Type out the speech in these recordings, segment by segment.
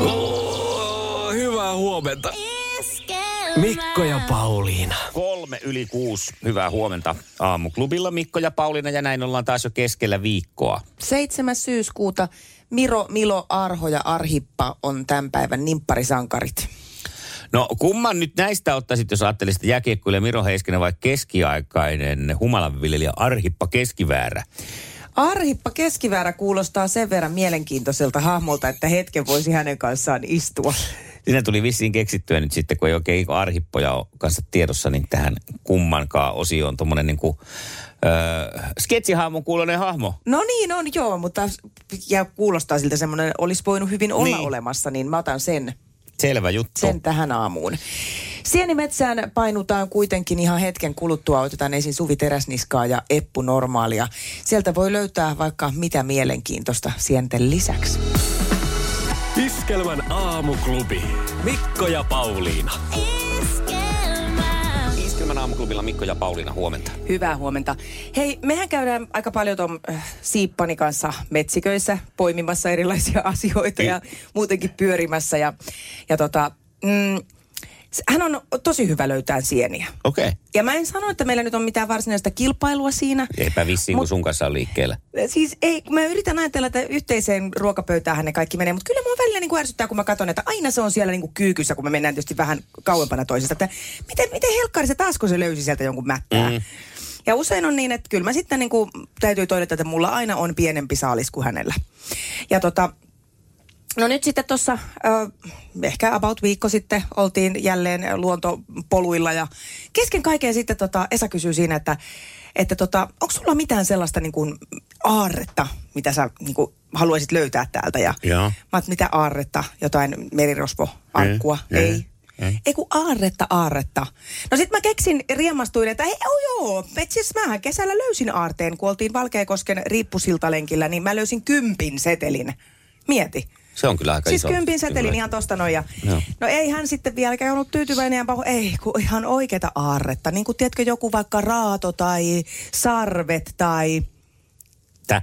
Oh, huomenta. Mikko ja Pauliina. Kolme yli kuusi. Hyvää huomenta aamuklubilla Mikko ja Pauliina ja näin ollaan taas jo keskellä viikkoa. 7. syyskuuta Miro, Milo, Arho ja Arhippa on tämän päivän nimpparisankarit. No kumman nyt näistä ottaisit, jos ajattelisit jääkiekkoilija Miro Heiskinen vai keskiaikainen humalanviljelijä Arhippa Keskiväärä? Arhippa keskiväärä kuulostaa sen verran mielenkiintoiselta hahmolta, että hetken voisi hänen kanssaan istua. Siinä tuli vissiin keksittyä nyt sitten, kun ei oikein arhippoja ole kanssa tiedossa, niin tähän kummankaan osioon tuommoinen niin kuin, öö, sketsihahmon kuuloinen hahmo. No niin, on joo, mutta ja kuulostaa siltä semmoinen, olisi voinut hyvin olla Niin. niin. olemassa, niin mä otan sen, Selvä juttu. sen tähän aamuun. Sienimetsään painutaan kuitenkin ihan hetken kuluttua. Otetaan ensin Suvi Teräsniskaa ja Eppu Normaalia. Sieltä voi löytää vaikka mitä mielenkiintoista sienten lisäksi. Iskelmän aamuklubi. Mikko ja Pauliina. Iskelmän aamuklubilla Mikko ja Pauliina huomenta. Hyvää huomenta. Hei, mehän käydään aika paljon tuon äh, Siippani kanssa metsiköissä poimimassa erilaisia asioita ja muutenkin pyörimässä. Ja, ja tota, mm, s- hän on tosi hyvä löytää sieniä. Okei. Okay. Ja mä en sano, että meillä nyt on mitään varsinaista kilpailua siinä. Eipä vissiin, kun Mut- sun kanssa on liikkeellä. Siis ei, kun mä yritän ajatella, että yhteiseen ruokapöytään ne kaikki menee, mutta kyllä mua välillä niin kuin ärsyttää, kun mä katson, että aina se on siellä niin kuin kyykyssä, kun me mennään tietysti vähän kauempana toisesta. Että miten, miten helkkari se taas, kun se löysi sieltä jonkun mättää. Mm. Ja usein on niin, että kyllä mä sitten niin kuin, täytyy todeta, että mulla aina on pienempi saalis kuin hänellä. Ja tota, No nyt sitten tuossa äh, ehkä about viikko sitten oltiin jälleen luontopoluilla ja kesken kaiken sitten tota, Esa kysyy siinä, että, että tota, onko sulla mitään sellaista niin kuin aarretta, mitä sä niin kuin, haluaisit löytää täältä? Ja Joo. Mä oot, mitä aarretta, jotain merirosvoankkua, Ei, ei. ei, ei. Ei kun aarretta, aarretta. No sit mä keksin, riemastuin, että hei, oh joo, et siis mähän kesällä löysin aarteen, kun oltiin Valkeakosken riippusiltalenkillä, niin mä löysin kympin setelin. Mieti. Se on kyllä aika Siis iso. kympin setelin Kyllä. ihan tosta noin. Ja, Joo. no. no ei hän sitten vieläkään ollut tyytyväinen ja paho. Ei, kun ihan oikeita aarretta. Niin kuin tiedätkö joku vaikka raato tai sarvet tai... Tä.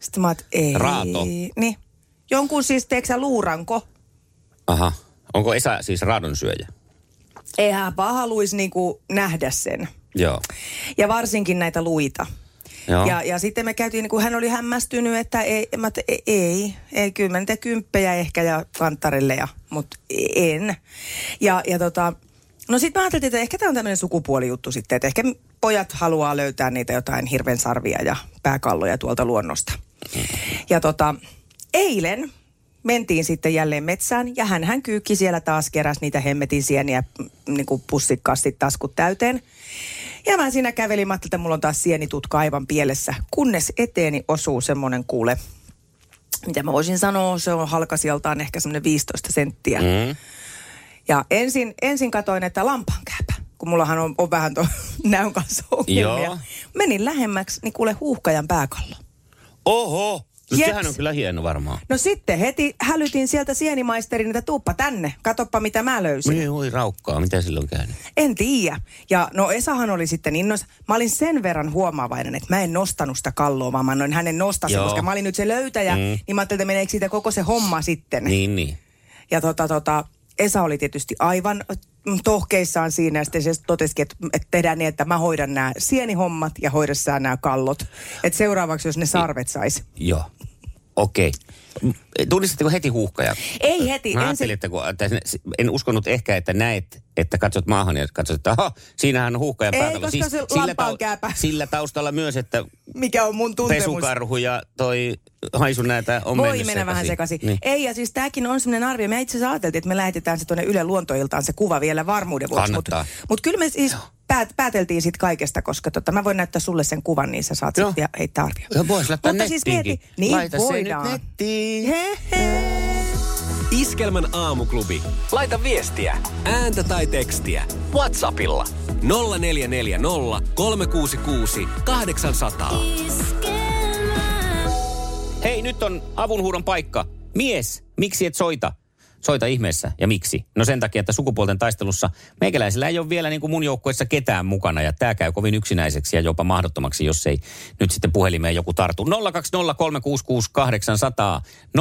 Sitten mä oot, ei. Raato. Niin. Jonkun siis, teetkö sä luuranko? Aha. Onko Esa siis raadonsyöjä? Eihän vaan haluaisi niinku nähdä sen. Joo. Ja varsinkin näitä luita. Joo. Ja, ja sitten me käytiin, niin kun hän oli hämmästynyt, että ei, mä, et- ei, ei, ei kyllä mä niitä kymppejä ehkä ja kanttarille, ja, mutta en. Ja, ja tota, no sitten mä ajattelin, että ehkä tämä on tämmöinen sukupuolijuttu sitten, että ehkä pojat haluaa löytää niitä jotain hirvensarvia ja pääkalloja tuolta luonnosta. Ja tota, eilen mentiin sitten jälleen metsään ja hän hän kyykki siellä taas keräs niitä hemmetin sieniä niin kuin pussikkaasti taskut täyteen. Ja mä siinä kävelin, mä ajattelin, että mulla on taas sienitutka aivan pielessä, kunnes eteeni osuu semmoinen kuule, mitä mä voisin sanoa, se on halkasijaltaan ehkä semmoinen 15 senttiä. Mm. Ja ensin, ensin katoin, että lampaankääpä, kun mullahan on, on vähän tuon näön kanssa ongelmia. Joo. Menin lähemmäksi, niin kuule huuhkajan pääkallo. Oho! No Jeps. sehän on kyllä hieno varmaan. No sitten heti hälytin sieltä sienimaisterin, että tuuppa tänne, katoppa mitä mä löysin. Niin, oi raukkaa, mitä silloin käynyt? En tiedä. Ja no Esahan oli sitten innoissa. Mä olin sen verran huomaavainen, että mä en nostanut sitä kalloa, vaan mä annoin hänen nostaa sen, Joo. koska mä olin nyt se löytäjä. Mm. Mm. Niin mä ajattelin, että meneekö siitä koko se homma sitten. Niin, niin. Ja tota, tota, Esa oli tietysti aivan mm, tohkeissaan siinä ja sitten se totesikin, että, että tehdään niin, että mä hoidan nämä sienihommat ja hoidassaan nämä kallot. Että seuraavaksi, jos Niin. ne sarvet sais. Joo. Okei. Okay. Tunnistatteko heti huuhkaja? Ei heti. Mä ensin- ajattelin, että kun, että en uskonut ehkä, että näet, että katsot maahan ja katsot, että aha, siinähän on huuhkajan Ei, pääkallo. koska se lampaan kääpä. sillä taustalla myös, että Mikä on mun tuntemus? pesukarhu ja toi haisu näitä on Voi mennyt mennä vähän sekaisin. Niin. Niin. Ei, ja siis tämäkin on sellainen arvio. Me itse asiassa ajateltiin, että me lähetetään se tuonne Yle Luontoiltaan se kuva vielä varmuuden vuoksi. Kannattaa. Mutta mut kyllä me siis päät, pääteltiin siitä kaikesta, koska tota, mä voin näyttää sulle sen kuvan, niin sä saat Joo. sitten heittää arvioon. Ja voisi laittaa Mutta siis nettiinkin. mieti- niin Laita voidaan. se nyt nettiin. He, he. Iskelmän aamuklubi. Laita viestiä, ääntä tai tekstiä. Whatsappilla 0440 366 800. Hei, nyt on avunhuudon paikka. Mies, miksi et soita? Soita ihmeessä. Ja miksi? No sen takia, että sukupuolten taistelussa meikäläisillä ei ole vielä niin kuin mun joukkueessa ketään mukana. Ja tämä käy kovin yksinäiseksi ja jopa mahdottomaksi, jos ei nyt sitten puhelimeen joku tartu. 020366800. 020366800.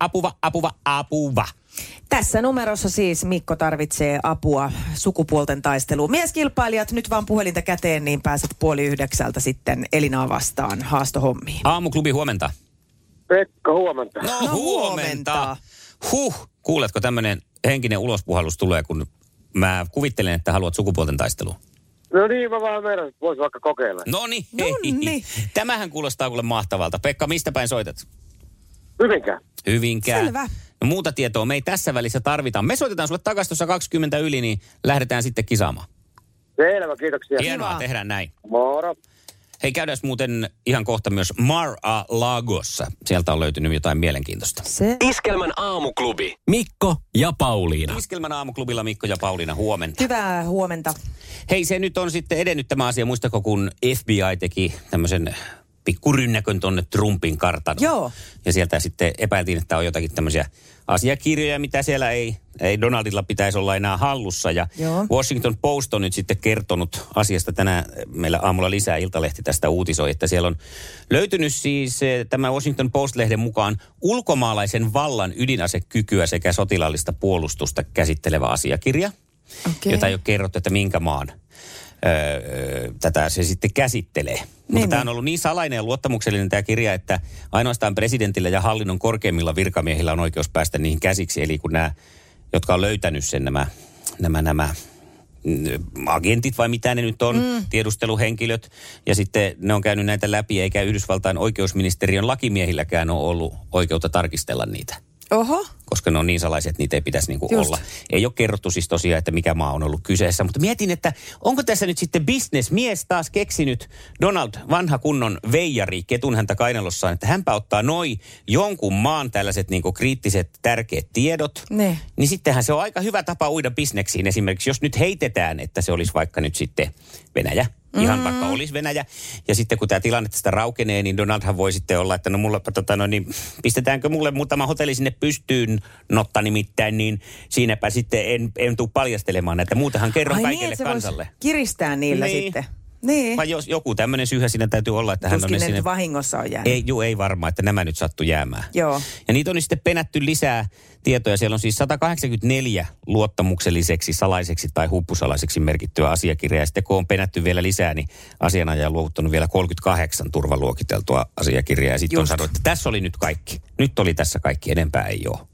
Apuva, apuva, apuva. Tässä numerossa siis Mikko tarvitsee apua sukupuolten taisteluun. Mieskilpailijat, nyt vaan puhelinta käteen, niin pääset puoli yhdeksältä sitten Elinaa vastaan haastohommiin. Aamuklubi huomenta. Pekka, huomenta. No, No, huomenta. Huh, kuuletko tämmöinen henkinen ulospuhallus tulee, kun mä kuvittelen, että haluat sukupuolten taistelua. No niin, mä vaan meidän vois vaikka kokeilla. No niin. Nonni. Tämähän kuulostaa kuule mahtavalta. Pekka, mistä päin soitat? Hyvinkään. Hyvinkään. Selvä. No muuta tietoa me ei tässä välissä tarvita. Me soitetaan sulle takaisin tuossa 20 yli, niin lähdetään sitten kisaamaan. Selvä, kiitoksia. Hienoa, tehdään näin. Moro. Hei, käydään muuten ihan kohta myös Mar-a-Lagossa. Sieltä on löytynyt jotain mielenkiintoista. Se Iskelmän aamuklubi. Mikko ja Pauliina. Iskelmän aamuklubilla Mikko ja Pauliina, huomenta. hyvää huomenta. Hei, se nyt on sitten edennyt tämä asia. Muistako, kun FBI teki tämmöisen pikkurynnäkön tonne Trumpin kartanoon? Joo. Ja sieltä sitten epäiltiin, että on jotakin tämmöisiä asiakirjoja, mitä siellä ei, ei Donaldilla pitäisi olla enää hallussa. Ja Joo. Washington Post on nyt sitten kertonut asiasta tänään. eh, Meillä aamulla lisää Iltalehti tästä uutisoi, että siellä on löytynyt siis eh, tämä Washington Post-lehden mukaan ulkomaalaisen vallan ydinasekykyä sekä sotilaallista puolustusta käsittelevä asiakirja Okei. jota ei ole kerrottu, että minkä maan öö, tätä se sitten käsittelee. Mutta Niin, tämä niin. on ollut niin salainen ja luottamuksellinen tämä kirja, että ainoastaan presidentillä ja hallinnon korkeimmilla virkamiehillä on oikeus päästä niihin käsiksi. Eli kun nämä, jotka on löytänyt sen nämä, nämä, nämä mm, agentit vai mitä ne nyt on, mm. tiedusteluhenkilöt. Ja sitten ne on käynyt näitä läpi, eikä Yhdysvaltain oikeusministeriön lakimiehilläkään ole ollut oikeutta tarkistella niitä Oho. koska ne on niin salaisia, että niitä ei pitäisi niinku Just. olla. Ei ole kerrottu siis tosiaan, että mikä maa on ollut kyseessä, mutta mietin, että onko tässä nyt sitten bisnesmies taas keksinyt Donald, vanha kunnon veijari, ketun häntä kainalossaan, että hänpä ottaa noi jonkun maan tällaiset niinku kriittiset tärkeät tiedot, Ne. niin sittenhän se on aika hyvä tapa uida bisneksiin. Esimerkiksi jos nyt heitetään, että se olisi vaikka nyt sitten Venäjä, Mm. ihan vaikka olisi Venäjä. Ja sitten kun tämä tilanne tästä raukenee, niin Donaldhan voi sitten olla, että no mulla, tota, no niin, pistetäänkö mulle muutama hotelli sinne pystyyn, notta nimittäin, niin siinäpä sitten en, en tuu paljastelemaan näitä. Muutenhan kerron kaikille niin, että se voisi kansalle. kiristää niillä Niin. sitten. Niin. Vai jos joku tämmöinen syyhä siinä täytyy olla, että hän on Tuskin ne ne sinne nyt vahingossa on jäänyt. ei, juu, ei varmaan, että nämä nyt sattu jäämään. Joo. Ja niitä on nyt sitten penätty lisää tietoja. Siellä on siis 184 luottamukselliseksi, salaiseksi tai huppusalaiseksi merkittyä asiakirjaa. Ja sitten kun on penätty vielä lisää, niin asianajaja on luovuttanut vielä 38 turvaluokiteltua asiakirjaa. Ja sitten on Just. sanottu, että tässä oli nyt kaikki. Nyt oli tässä kaikki, enempää ei ole.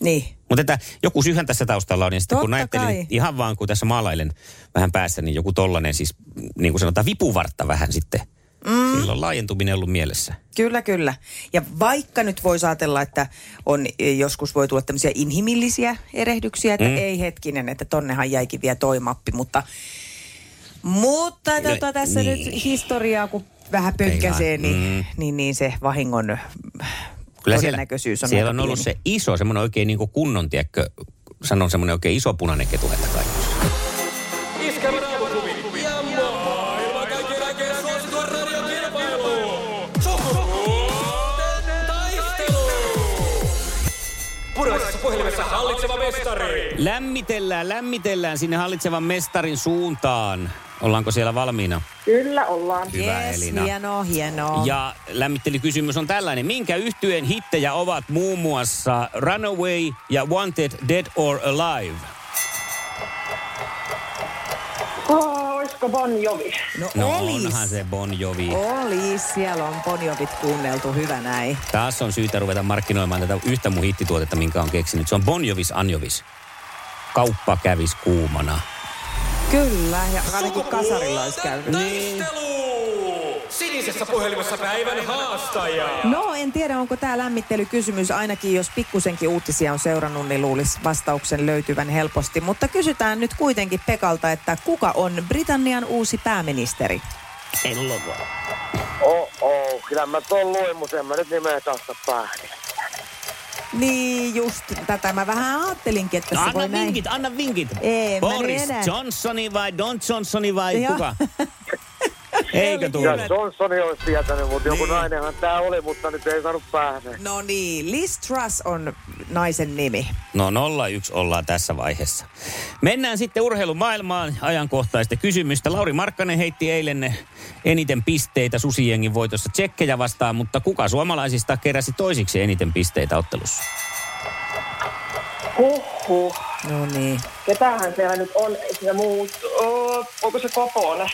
Niin. Mutta että joku syyhän tässä taustalla on, ja sitten kun Totta ajattelin, kai. että ihan vaan kun tässä maalailen vähän päässä, niin joku tollainen siis, niin kuin sanotaan, vipuvartta vähän sitten. Mm. Silloin laajentuminen ollut mielessä. Kyllä, kyllä. Ja vaikka nyt voisi ajatella, että on, eh, joskus voi tulla tämmöisiä inhimillisiä erehdyksiä, että mm. ei hetkinen, että tonnehan jäikin vielä toi mappi, mutta, mutta no, tota, tässä niin. niin. nyt historiaa, kun vähän pökkäsee, Ei vaan, niin, mm. niin, niin se vahingon Kyllä todennäköisyys on siellä aika on ollut pieni. se iso, semmoinen oikein niin kuin kunnon, tiedätkö, sanon semmoinen oikein iso punainen ketu häntä kaikessa. Lämmitellään, lämmitellään sinne hallitsevan mestarin suuntaan. Ollaanko siellä valmiina? Kyllä ollaan. Hyvä yes, Elina. hienoa, hienoa. Ja lämmittelykysymys on tällainen. Minkä yhtyeen hittejä ovat muun muassa Runaway ja Wanted Dead or Alive? Oh, olisiko Bon Jovi? no, No olis. onhan se Bon Jovi. Olis, siellä on ponjovit kuunneltu, hyvä näin. Taas on syytä ruveta markkinoimaan tätä yhtä mun hittituotetta, minkä on keksinyt. Se on Bon Jovis Anjovis. Kauppa kävis kuumana. Kyllä, ja ainakin kasarilla olisi käynyt. Sinisessä puhelimessa päivän haastaja. No en tiedä, onko tämä lämmittelykysymys. Ainakin jos pikkusenkin uutisia on seurannut, niin luulisi vastauksen löytyvän helposti. Mutta kysytään nyt kuitenkin Pekalta, että kuka on Britannian uusi pääministeri? Oh, oh, kyllä mä ton luin, mutta en mä nyt nimeä tahta päähdin. Niin just tätä mä vähän ajattelinkin, että se No, Anna voi näin. vinkit, anna vinkit. Ei, mä en Boris enää. Johnsoni vai Don Johnsoni vai Joo. kuka? Eikö tuo? Niin. Jos Johnsoni olisi tietänyt, mutta joku nainenhan tää oli, mutta nyt ei saanut päähän. No niin, Liz Truss on naisen nimi. No 01 ollaan tässä vaiheessa. Mennään sitten urheilumaailmaan ajankohtaista kysymystä. Lauri Markkanen heitti eilen ne eniten pisteitä susijengin voitossa tsekkejä vastaan, mutta kuka suomalaisista keräsi toisiksi eniten pisteitä ottelussa? Huhhuh. No niin. Ketähän siellä nyt on? Siellä muut... Oh, onko se Koponen?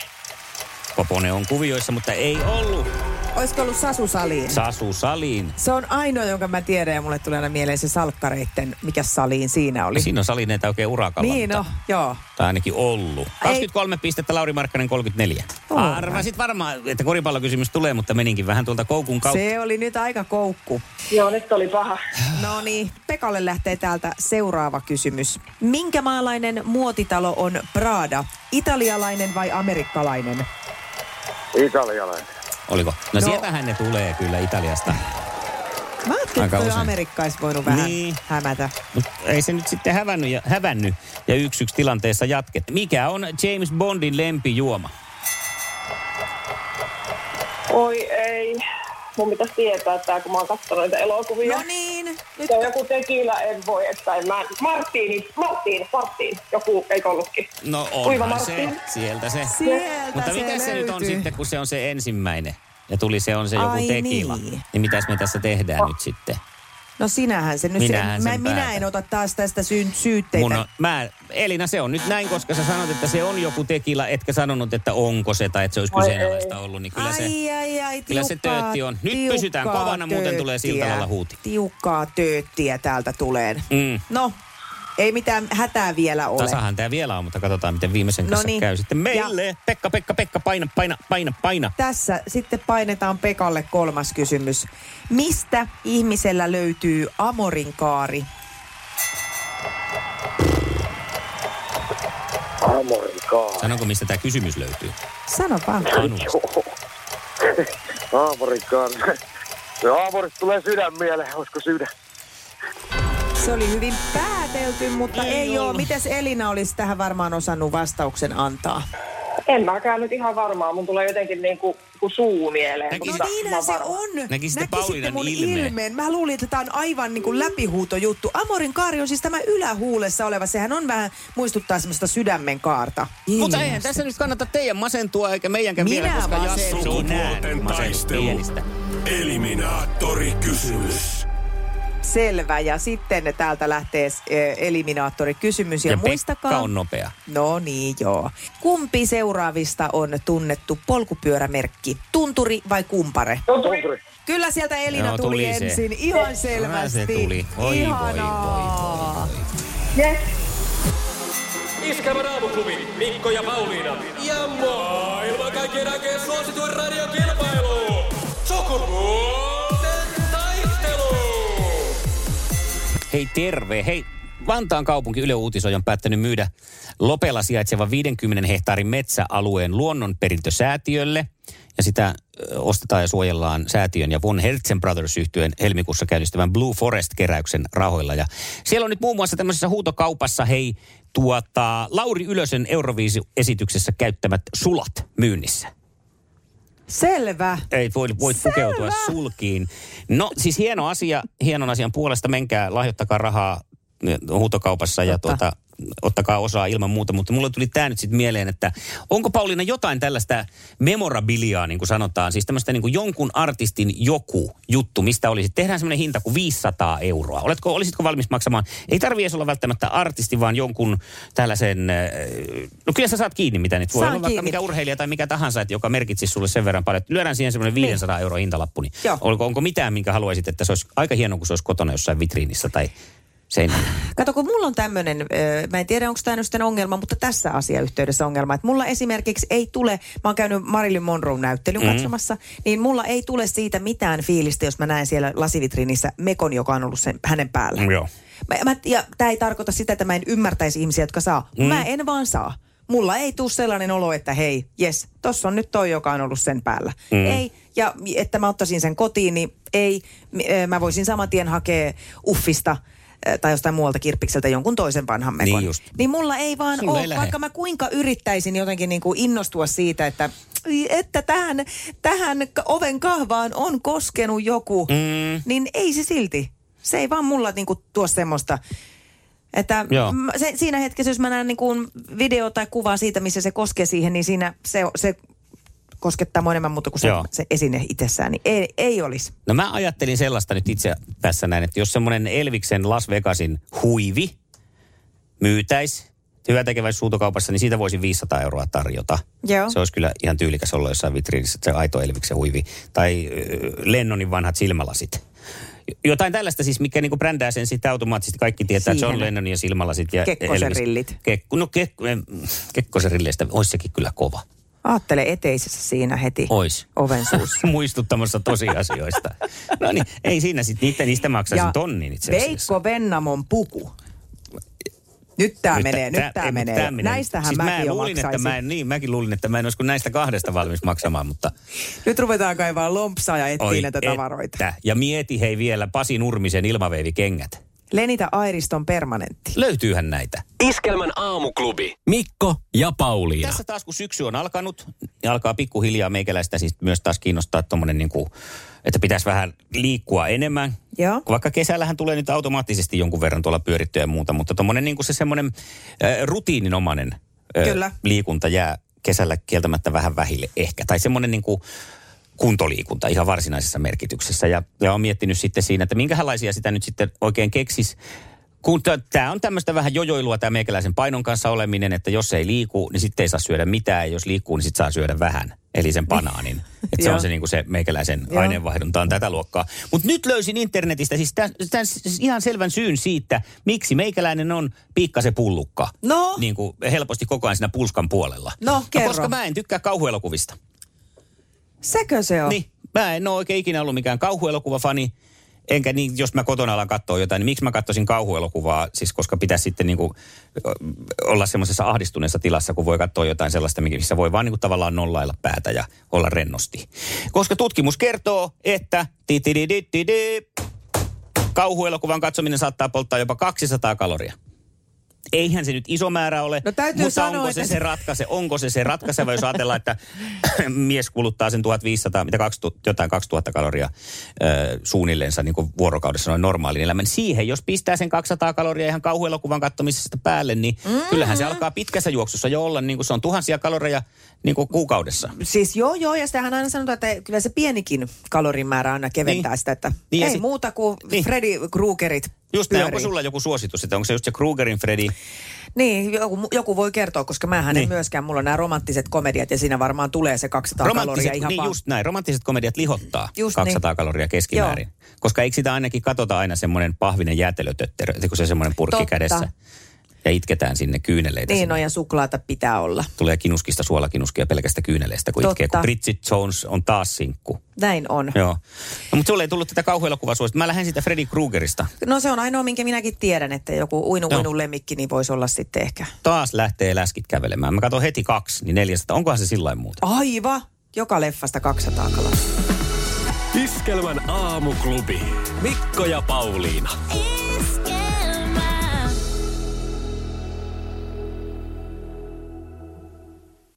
Koponen on kuvioissa, mutta ei ollut. Olisiko ollut Sasu Saliin? Sasu Saliin. Se on ainoa, jonka mä tiedän ja mulle tulee aina mieleen se salkkareitten, mikä Saliin siinä oli. Siinä on Salineita oikein urakalla. Niin no, joo. Tai ainakin ollut. 23 pistettä, Lauri Markkanen 34. All right. Arvasit varmaan, että koripallokysymys tulee, mutta meninkin vähän tuolta koukun kautta. Se oli nyt aika koukku. Joo, nyt oli paha. No niin, Pekalle lähtee täältä seuraava kysymys. Minkä maalainen muotitalo on Prada? Italialainen vai amerikkalainen? Italialainen. Oliko? No, No. sieltähän ne tulee kyllä Italiasta. Mä ajattelin, Aika että toi usein. Amerikka olisi voinut vähän Niin. niin. hämätä. Mut ei se nyt sitten hävännyt ja, hävännyt ja yksi yksi tilanteessa jatket. Mikä on James Bondin lempijuoma? Oi ei. Mun pitäisi tietää tää, kun mä oon katsonut niitä elokuvia. No niin, nyt Se on joku tekila, en voi, että en mä... Martini, Martin, Martin, joku, eikö ollutkin? No Kuiva onhan se, Martin. sieltä se. sieltä Mutta se mikä se nyt on löytyy. sitten, kun se on se ensimmäinen? Ja tuli se on se joku Ai tekila. Niin. niin. niin mitäs me tässä tehdään nyt sitten? No sinähän se nyt. Minähän se, mä, sen minä päätän. en ota taas tästä syyn, syytteitä. Mun on, mä, Elina, se on nyt näin, koska sä sanot, että se on joku tekila, etkä sanonut, että onko se tai että se olisi Ai kyseenalaista ollut. Niin kyllä ai, se, ai, ai, kyllä se tiukkaa- töötti on. Nyt tiukkaa pysytään kovana, muuten tulee tööttiä. Siltalalla huuti. Tiukkaa tööttiä täältä tulee. Mm. No, ei mitään hätää vielä ole. Tasahan tämä vielä on, mutta katsotaan, miten viimeisen kanssa Noniin. käy sitten meille. Ja. Pekka, Pekka, Pekka, paina, paina, paina, paina. Tässä sitten painetaan Pekalle kolmas kysymys. Mistä ihmisellä löytyy amorinkaari? Amorikaa. Sanonko, mistä tämä kysymys löytyy? Sano vaan. Anu. Aamorikaan. No aamurit tulee sydän mieleen, olisiko sydän? Se oli hyvin päätelty, mutta Ei ei, ei ole. ollut. Mites Elina olisi tähän varmaan osannut vastauksen antaa? En mäkään nyt ihan varmaan, mun tulee jotenkin niinku ku suu mieleen. Näkis- mutta No mä niinhän se varmaan- on. Näkisitte Pauliinan mun ilmeen. Mä luulin, että tämä on aivan niin kuin läpihuutojuttu. Amorin kaari on siis tämä ylähuulessa oleva. Sehän on vähän, muistuttaa semmoista sydämen kaarta. Mutta eihän tässä nyt kannata teidän masentua eikä meidänkään Minä vielä, koska masennun. Jassu on näin Sukupuolten masennut taistelu. pienistä. Eliminaattori kysymys. Selvä. Ja sitten täältä lähtee eh, eliminaattorikysymys. Ja, Ja muistakaa... Pekka on nopea. No niin, joo. Kumpi seuraavista on tunnettu polkupyörämerkki? Tunturi vai kumpare? Tunturi. Kyllä sieltä Elina Joo, tuli, tuli se. ensin. Ihan Ah, selvästi. se tuli. Oi, voi, voi, voi, Ihanaa. voi. Yes. Iskelmän aamuklubi, Mikko ja Pauliina. Ja maailman kaikkien aikeen suosituen radiokilpailu. Sukupuolten taistelu. Hei terve, hei. Vantaan kaupunki Yle Uutisoi on päättänyt myydä Lopella sijaitsevan 50 hehtaarin metsäalueen luonnonperintösäätiölle. Ja sitä ö, ostetaan ja suojellaan säätiön ja Von Hertzen Brothers yhtyeen helmikuussa käynnistyvän Blue Forest-keräyksen rahoilla. Ja siellä on nyt muun muassa tämmöisessä huutokaupassa, hei, tuota, Lauri Ylösen Euroviisi-esityksessä käyttämät sulat myynnissä Selvä. ei voi, voi Selvä. pukeutua sulkiin. No siis hieno asia, hienon asian puolesta menkää, lahjoittakaa rahaa eh, huutokaupassa ja Totta. tuota, ottakaa osaa ilman muuta. Mutta mulle tuli tämä nyt sitten mieleen, että onko Pauliina jotain tällaista memorabiliaa, niin kuin sanotaan, siis tämmöistä niin kuin jonkun artistin joku juttu, mistä olisi. Tehdään semmoinen hinta kuin 500 euroa. Oletko, olisitko valmis maksamaan? Ei tarvitse edes olla välttämättä artisti, vaan jonkun tällaisen, eh, no kyllä sä saat kiinni mitä nyt voi Saan olla, vaikka kiinni. mikä urheilija tai mikä tahansa, että joka merkitsisi sulle sen verran paljon. että Lyödään siihen semmoinen 500 niin. euro hintalappu. Niin Joo. onko, onko mitään, minkä haluaisit, että se olisi aika hieno, kun se olisi kotona jossain vitriinissä tai seinällä? Kato, kun mulla on tämmöinen, mä en tiedä onko tämä nyt sitten ongelma, mutta tässä asiayhteydessä ongelma, että mulla esimerkiksi ei tule, mä oon käynyt Marilyn Monroe näyttelyn katsomassa, niin mulla ei tule siitä mitään fiilistä, jos mä näen siellä lasivitriinissä mekon, joka on ollut sen, hänen päällä. Mm, joo. Mä, mä, ja tämä ei tarkoita sitä, että mä en ymmärtäisi ihmisiä, jotka saa. Mm. Mä en vaan saa. Mulla ei tule sellainen olo, että hei, jes, tossa on nyt toi, joka on ollut sen päällä. Mm. Ei, ja että mä ottaisin sen kotiin, niin ei. M- ö, Mä voisin saman tien hakea uffista äh, tai jostain muualta kirppikseltä jonkun toisen vanhan mekon. Niin just. niin mulla ei vaan Sulle ei ole, lähe. vaikka mä kuinka yrittäisin jotenkin niin kuin innostua siitä, että "Ai että tähän, tähän k- oven kahvaan on koskenut joku, mm. niin ei se silti. Se ei vaan mulla niin kuin tuo semmoista, että Joo. m- se, siinä hetkessä, jos mä näen niin kuin video tai kuvaa siitä, missä se koskee siihen, niin siinä se, se koskettaa mua enemmän muuta kuin se, Joo. se esine itsessään, niin ei, ei olisi. No mä ajattelin sellaista nyt itse tässä näin, että jos semmoinen Elviksen Las Vegasin huivi myytäis hyvätekeväisyyshuutokaupassa, niin siitä voisi 500 euroa tarjota. Joo. Se olisi kyllä ihan tyylikäs olla jossain vitriinissä, että se aito Elviksen huivi. Tai ö, Lennonin vanhat silmälasit. Jotain tällaista siis, mikä niinku brändää sen sitten automaattisesti. Kaikki tietää, että se on Siihen. Lennon ja silmälasit. Ja Kekkosen Elvis. rillit. Kekku, no kekku, em, Kekkosen rilleistä olisi sekin kyllä kova. Aattele eteisessä siinä heti Ois. oven suussa. Muistuttamassa tosiasioista. no niin, ei siinä sitten, niitä, niistä maksaisin tonnin itse asiassa. Veikko Vennamon puku. Nyt tämä menee, nyt ei, tämä mut menee. tää Näistähän siis mäkin mä jo luulin, että maksaisin. mä en, niin, mäkin luulin, että mä en olisi kuin näistä kahdesta valmis maksamaan, mutta Nyt ruvetaan kaivaa lompsaa ja etsiä oi näitä tavaroita. että. Ja mieti hei vielä Pasi Nurmisen ilmaveivikengät. Lenita Airiston permanentti. Löytyyhän näitä. Iskelmän aamuklubi. Mikko ja Pauliina. Tässä taas kun syksy on alkanut, niin alkaa pikkuhiljaa meikäläistä siis myös taas kiinnostaa tuommoinen niin kuin, että pitäisi vähän liikkua enemmän. Joo. Vaikka kesällähän tulee nyt automaattisesti jonkun verran tuolla pyörittyä ja muuta, mutta tuommoinen niin kuin se semmoinen äh, rutiininomainen äh, Kyllä. liikunta jää kesällä kieltämättä vähän vähille ehkä. Tai semmoinen niin kuin kuntoliikunta ihan varsinaisessa merkityksessä. Ja, ja on miettinyt sitten siinä, että minkälaisia sitä nyt sitten oikein keksis. Kun tämä on tämmöistä vähän jojoilua tämä meikäläisen painon kanssa oleminen, että jos ei liiku, niin sitten ei saa syödä mitään. Ja jos liikkuu, niin sitten saa syödä vähän. Eli sen banaanin. Et se Joo. on se, niin kuin se meikäläisen Joo. aineenvaihdunta on tätä luokkaa. Mutta nyt löysin internetistä siis tämän, tämän, siis ihan selvän syyn siitä, miksi meikäläinen on piikkasen pullukka. No? Niin kuin helposti koko ajan siinä pulskan puolella. No, kerro. koska mä en tykkää kauhuelokuvista. Sekö se on? Niin, mä en ole oikein ikinä ollut mikään kauhuelokuvafani. Enkä niin, jos mä kotona alan katsoa jotain, niin miksi mä katsoisin kauhuelokuvaa? Siis koska pitäisi sitten niin kuin olla semmoisessa ahdistuneessa tilassa, kun voi katsoa jotain sellaista, mikä- missä voi vaan niin kuin tavallaan nollailla päätä ja olla rennosti. Koska tutkimus kertoo, että titididididi, kauhuelokuvan katsominen saattaa polttaa jopa 200 kaloria. Eihän se nyt iso määrä ole, No täytyy mutta sanoa, onko se, että- se ratkaise, onko se se ratkaiseva, jos ajatellaan, että mies kuluttaa sen 1500, mitä 2000, jotain 2000 kaloria ö, suunnilleensa niin kuin vuorokaudessa noin normaalin elämän. Siihen, jos pistää sen 200 kaloria ihan kauhuelokuvan katsomisesta päälle, niin mm-hmm. kyllähän se alkaa pitkässä juoksussa jo olla, niin kuin se on tuhansia kaloreja niin kuin kuukaudessa. Siis joo, joo, ja sitähän aina sanotaan, että kyllä se pienikin kalorimäärä aina keventää Niin. niin. sitä, että Niin, niin ja ei sit- muuta kuin Niin. niin. Freddy Kruegerit Just näin, pyörii. onko sulla joku suositus, että onko se just se Krugerin Freddy? Niin, joku, joku voi kertoa, koska mä niin. Niin. en myöskään, mulla on nämä romanttiset komediat ja siinä varmaan tulee se 200 kaloria ihan niin vaan. just näin, romanttiset komediat lihottaa just Just 200 niin. kaloria keskimäärin. Joo. Koska eikö sitä ainakin katota aina semmoinen pahvinen jäätelötötterö, kun se semmoinen purkki Totta. kädessä. Ja itketään sinne kyyneleitä. Niin, sinne. no ja suklaata pitää olla. Tulee kinuskista suolakinuskia pelkästä kyyneleistä, kun Totta. itkee, kun Bridget Jones on taas sinkku. Näin on. Joo. No, mutta sulle ei tullut tätä kauhuelokuvaa suosittu. Mä lähden siitä Freddy Kruegerista. No se on ainoa, minkä minäkin tiedän, että joku uinu Joo. uinu lemmikki, niin voisi olla sitten ehkä. Taas lähtee läskit kävelemään. Mä katson heti kaksi, niin 400. Onkohan se sillä lailla muuta? Aiva! Joka leffasta 200 kalaa. Iskelmän aamuklubi. Mikko ja Pauliina. Iskelmä.